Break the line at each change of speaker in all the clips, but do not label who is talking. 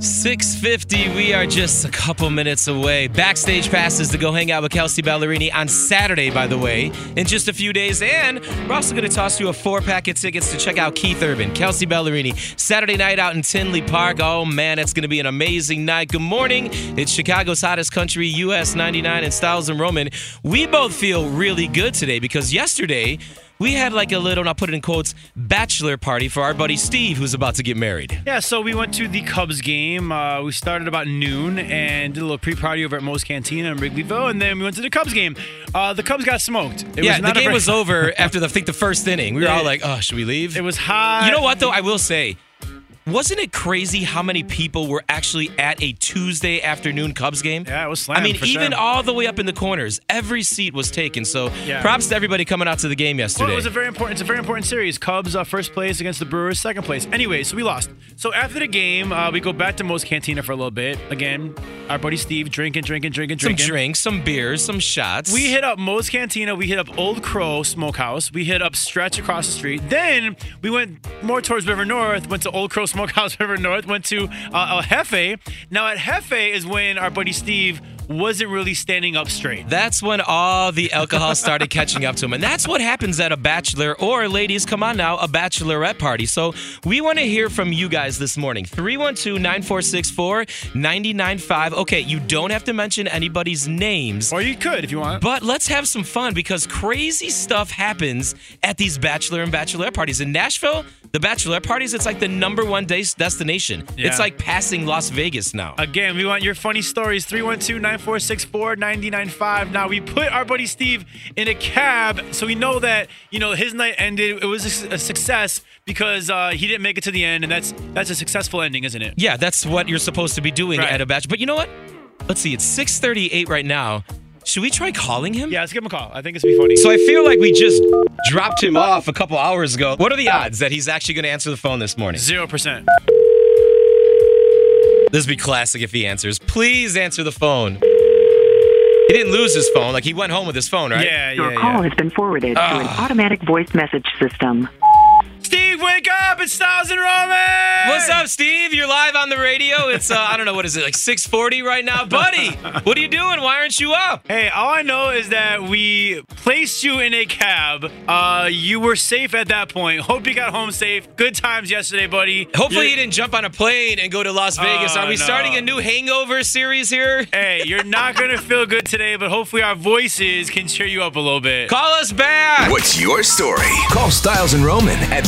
650, we are just a couple minutes away. Backstage passes to go hang out with Kelsey Ballerini on Saturday, by the way, in just a few days. And we're also going to toss you a four pack of tickets to check out Keith Urban, Kelsey Ballerini, Saturday night out in Tinley Park. Oh, man, it's going to be an amazing night. Good morning. It's Chicago's hottest country, US 99 and Styles and Roman. We both feel really good today because yesterday, we had like a little, and I'll put it in quotes, bachelor party for our buddy Steve, who's about to get married.
Yeah, so we went to the Cubs game. Uh, we started about noon and did a little pre-party over at Moe's Cantina in Wrigleyville, and then we went to the Cubs game. Uh, the Cubs got smoked.
It yeah, the game very- was over after the, I think the first inning. We were all like, "Oh, should we leave?"
It was hot.
You know what though? I will say. Wasn't it crazy how many people were actually at a Tuesday afternoon Cubs game?
Yeah, it was slammed.
I mean,
for
even
sure.
all the way up in the corners, every seat was taken. So, yeah. props to everybody coming out to the game yesterday.
Well, it was a very important. It's a very important series. Cubs uh, first place against the Brewers second place. Anyway, so we lost. So after the game, uh, we go back to Mo's Cantina for a little bit. Again, our buddy Steve drinking, drinking, drinking,
some
drinking.
Some drinks, some beers, some shots.
We hit up Mo's Cantina. We hit up Old Crow Smokehouse. We hit up Stretch across the street. Then we went more towards River North. Went to Old Crow. Smokehouse River North, went to uh, El Jefe. Now, at Jefe is when our buddy Steve wasn't really standing up straight.
That's when all the alcohol started catching up to him. And that's what happens at a bachelor or, ladies, come on now, a bachelorette party. So we want to hear from you guys this morning. 312 9464 995. Okay, you don't have to mention anybody's names.
Or you could if you want.
But let's have some fun because crazy stuff happens at these bachelor and bachelorette parties. In Nashville, the bachelorette parties, it's like the number one day destination. Yeah. It's like passing Las Vegas now.
Again, we want your funny stories. 312 312- 9464 995. Now, we put our buddy Steve in a cab, so we know that, you know, his night ended. It was a success because uh, he didn't make it to the end, and that's that's a successful ending, isn't it?
Yeah, that's what you're supposed to be doing right. at a batch. But you know what? Let's see, it's 638 right now. Should we try calling him?
Yeah, let's give him a call. I think it's be funny.
So I feel like we just dropped him off a couple hours ago. What are the
Ah.
odds that he's actually going to answer the phone this morning?
Zero percent.
This would be classic if he answers. Please answer the phone. He didn't lose his phone. Like he went home with his phone, right?
Yeah, yeah.
Your call
yeah. Ah.
has been forwarded uh. to an automatic voice message system.
Steve, wake up! It's Styles and Roman.
What's up, Steve? You're live on the radio. It's uh, I don't know what is it like 6:40 right now, buddy. what are you doing? Why aren't you up?
Hey, all I know is that we placed you in a cab. Uh, you were safe at that point. Hope you got home safe. Good times yesterday, buddy.
Hopefully, you're... you did not jump on a plane and go to Las Vegas. Uh, are we no. starting a new hangover series here?
Hey, you're not gonna feel good today, but hopefully our voices can cheer you up a little bit.
Call us back.
What's your story? Call Styles and Roman at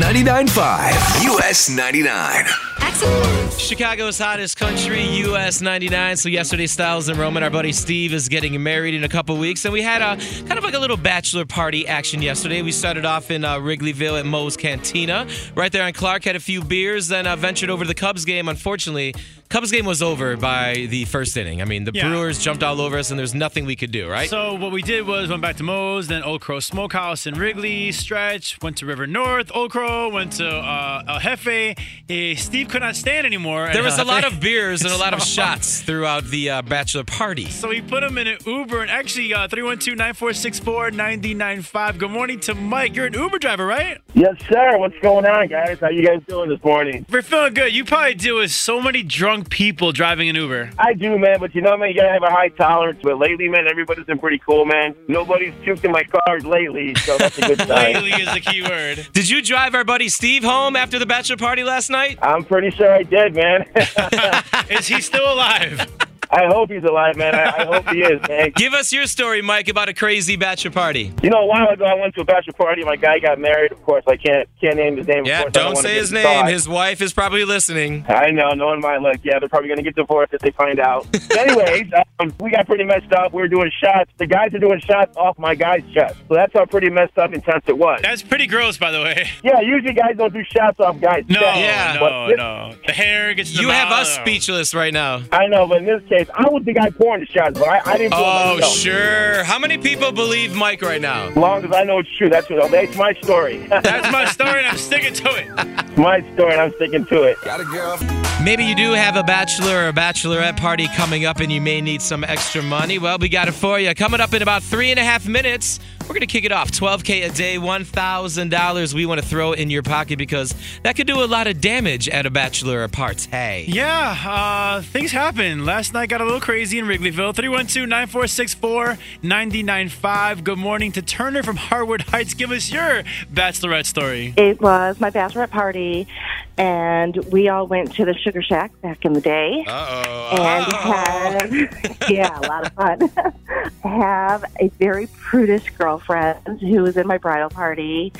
312-946-4995. US 99.
Excellent. Chicago's hottest country, US 99. So yesterday, Styles and Roman, our buddy Steve, is getting married in a couple weeks. And we had a kind of like a little bachelor party action yesterday. We started off in uh, Wrigleyville at Moe's Cantina. Right there on Clark, had a few beers, then uh, ventured over to the Cubs game. Unfortunately, Cubs game was over by the first inning. I mean, the yeah. Brewers jumped all over us, and there's nothing we could do, right?
So what we did was went back to Moe's, then Old Crow Smokehouse in Wrigley, stretch, went to River North, Old Crow, went to uh, El Jefe. Uh, Steve could not stand anymore.
There was a lot of beers and a lot of shots throughout the uh, bachelor party.
So we put him in an Uber, and actually, uh, 312 9464 995. Good morning to Mike. You're an Uber driver, right?
Yes, sir. What's going on, guys? How you guys doing this morning?
We're feeling good. You probably deal with so many drunk people driving an Uber.
I do, man, but you know, man, you gotta have a high tolerance. But lately, man, everybody's been pretty cool, man. Nobody's puked in my car lately, so that's a good sign.
lately is the key word.
Did you drive our buddy Steve home after the bachelor party last night?
I'm pretty sure I did, man.
is he still alive?
I hope he's alive, man. I, I hope he is, man.
Give us your story, Mike, about a crazy bachelor party.
You know, a while ago, I went to a bachelor party. My guy got married. Of course, I can't can't name his name. Of
Yeah,
course, I
don't
wanna
say
get
his name.
caught.
His wife is probably listening.
I know, no one might look. Yeah, they're probably going to get divorced if they find out. Anyways, um, we got pretty messed up. We were doing shots. The guys are doing shots off my guy's chest. So that's how pretty messed up intense it was.
That's pretty gross, by the way.
yeah, usually guys don't do shots off guys'
No,
chest.
Yeah.
no,
But this-
no. The hair gets in the
You have
mouth.
us speechless right now.
I know, but in this case, I was the guy pouring the shots, but I, I didn't do it
Oh,
myself.
sure. How many people believe Mike right now?
As long as I know it's true, that's what that's my story.
That's my story, and I'm sticking to it.
It's my story, and I'm sticking to it.
Gotta go.
Maybe you do have a bachelor or bachelorette party coming up and you may need some extra money. Well, we got it for you. Coming up in about three and a half minutes, we're going to kick it off. 12K a day, $1,000 we want to throw in your pocket because that could do a lot of damage at a bachelor or party. Hey.
Yeah, uh, things happen. Last night got a little crazy in Wrigleyville. 312 9464 9095. Good morning to Turner from Harwood Heights. Give us your bachelorette story.
It was my bachelorette party, and we all went to the Sugar Shack back in the day.
Uh-oh.
and have yeah, a lot of fun. have a very prudish girlfriend who was in my bridal party,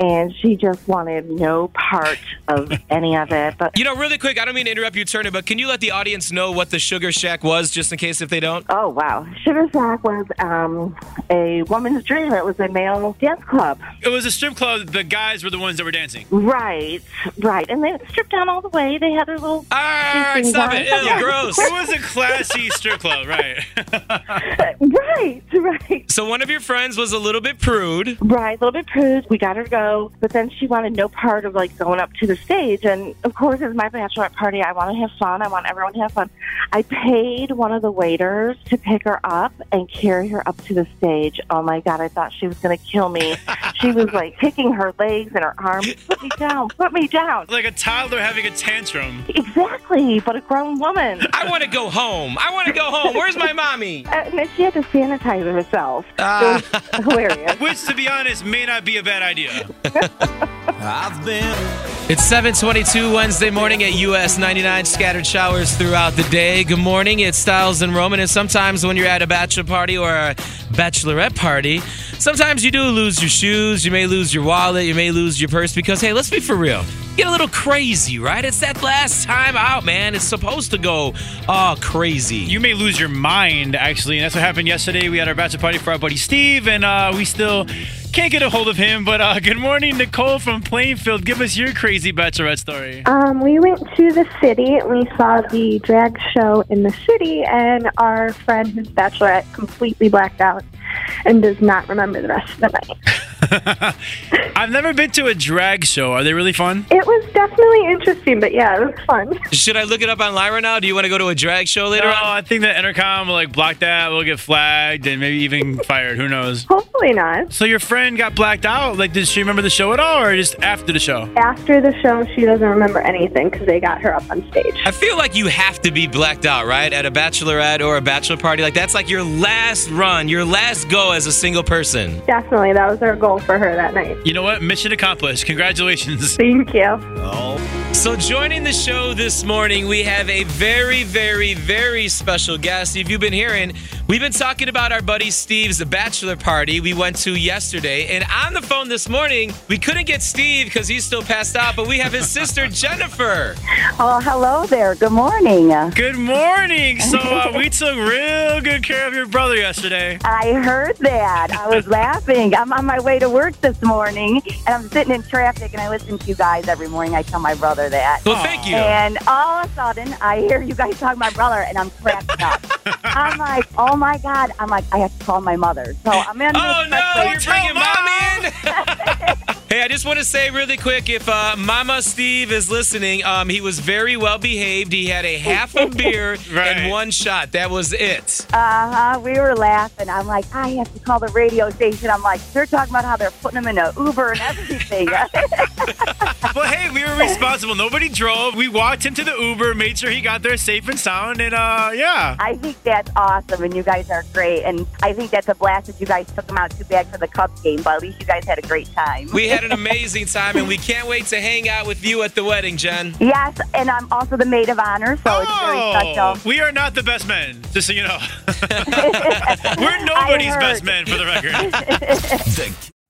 and she just wanted no part of any of it. But
You know, really quick, I don't mean to interrupt you, Turner, but can you let the audience know what the Sugar Shack was just in case if they don't?
oh wow, Sugar Shack was um, a woman's dream. It was a male dance club.
It was a strip club. The guys were the ones that were dancing.
Right, right, and they stripped down all the way. They had their little.
All right, stop it. Ew, gross.
It was a classy strip club, right?
Right, right.
So one of your friends was a little bit prude.
Right, a little bit prude. We got her to go, but then she wanted no part of like going up to the stage. And of course, it's my bachelorette party. I want to have fun. I want everyone to have fun. I paid one of the waiters to pick her up and carry her up to the stage. Oh my god, I thought she was going to kill me. she was like kicking her legs and her arms. Put me down. Put me down.
like a toddler having a tantrum.
Exactly, but a grown woman.
I want to go home. I want to go home. Where's my mommy?
And then she had to sanitize herself. It was hilarious.
Which, to be honest, may not be a bad idea.
I've been.
It's 722 Wednesday morning at US 99, scattered showers throughout the day. Good morning, it's Styles and Roman. And sometimes when you're at a bachelor party or a bachelorette party, sometimes you do lose your shoes, you may lose your wallet, you may lose your purse because, hey, let's be for real. Get a little crazy, right? It's that last time out, man. It's supposed to go all crazy.
You may lose your mind, actually, and that's what happened yesterday. We had our bachelor party for our buddy Steve, and uh, we still can't get a hold of him. But uh, good morning, Nicole from Plainfield. Give us your crazy bachelorette story.
Um, we went to the city and we saw the drag show in the city, and our friend, who's bachelorette, completely blacked out and does not remember the rest of the night.
I've never been to a drag show. Are they really fun?
It was definitely interesting, but yeah, it was fun.
Should I look it up online right now? Do you want to go to a drag show later
No,
on?
Oh, I think that Intercom will like block that. We'll get flagged and maybe even fired. Who knows?
Hopefully not.
So your friend got blacked out. Like, did she remember the show at all, or just after the show?
After the show, she doesn't remember anything because they got her up on stage.
I feel like you have to be blacked out, right? At a bachelorette or a bachelor party. Like, that's like your last run, your last go as a single person.
Definitely, that was our goal for her that night.
You know what? Mission accomplished. Congratulations.
Thank you.
So, joining the show this morning, we have a very, very, very special guest. If you've been hearing, we've been talking about our buddy Steve's bachelor party we went to yesterday. And on the phone this morning, we couldn't get Steve because he's still passed out, but we have his sister, Jennifer.
Oh, hello there. Good morning. Uh,
Good morning. So uh, we took real good care of your brother yesterday.
I heard that. I was laughing. I'm on my way to work this morning, and I'm sitting in traffic, and I listen to you guys every morning. I tell my brother that.
Well, thank you.
And all of a sudden, I hear you guys talking about my brother, and I'm cracking up. I'm like, oh my God. I'm like, I have to call my mother. So I'm in
Oh
this
no, you're
place.
bringing mom in. hey, I just want to say really quick, if uh, Mama Steve is listening, um, he was very well behaved. He had a half a beer
Right.
and one shot. That was it.
Uh-huh. We were laughing. I'm like, I have to call the radio station. I'm like, they're talking about how they're putting him in an Uber and everything.
Well, hey, we were responsible. Nobody drove. We walked him to the Uber, made sure he got there safe and sound, and uh, yeah.
I think that's awesome, and you guys are great. And I think that's a blast that you guys took them out. Too bad for the Cubs game, but at least you guys had a great time.
We had had an amazing time, and we can't wait to hang out with you at the wedding, Jen.
Yes, and I'm also the maid of honor, so it's very
Oh,
special.
we are not the best men, just so you know. We're nobody's
heard.
best men, for the record.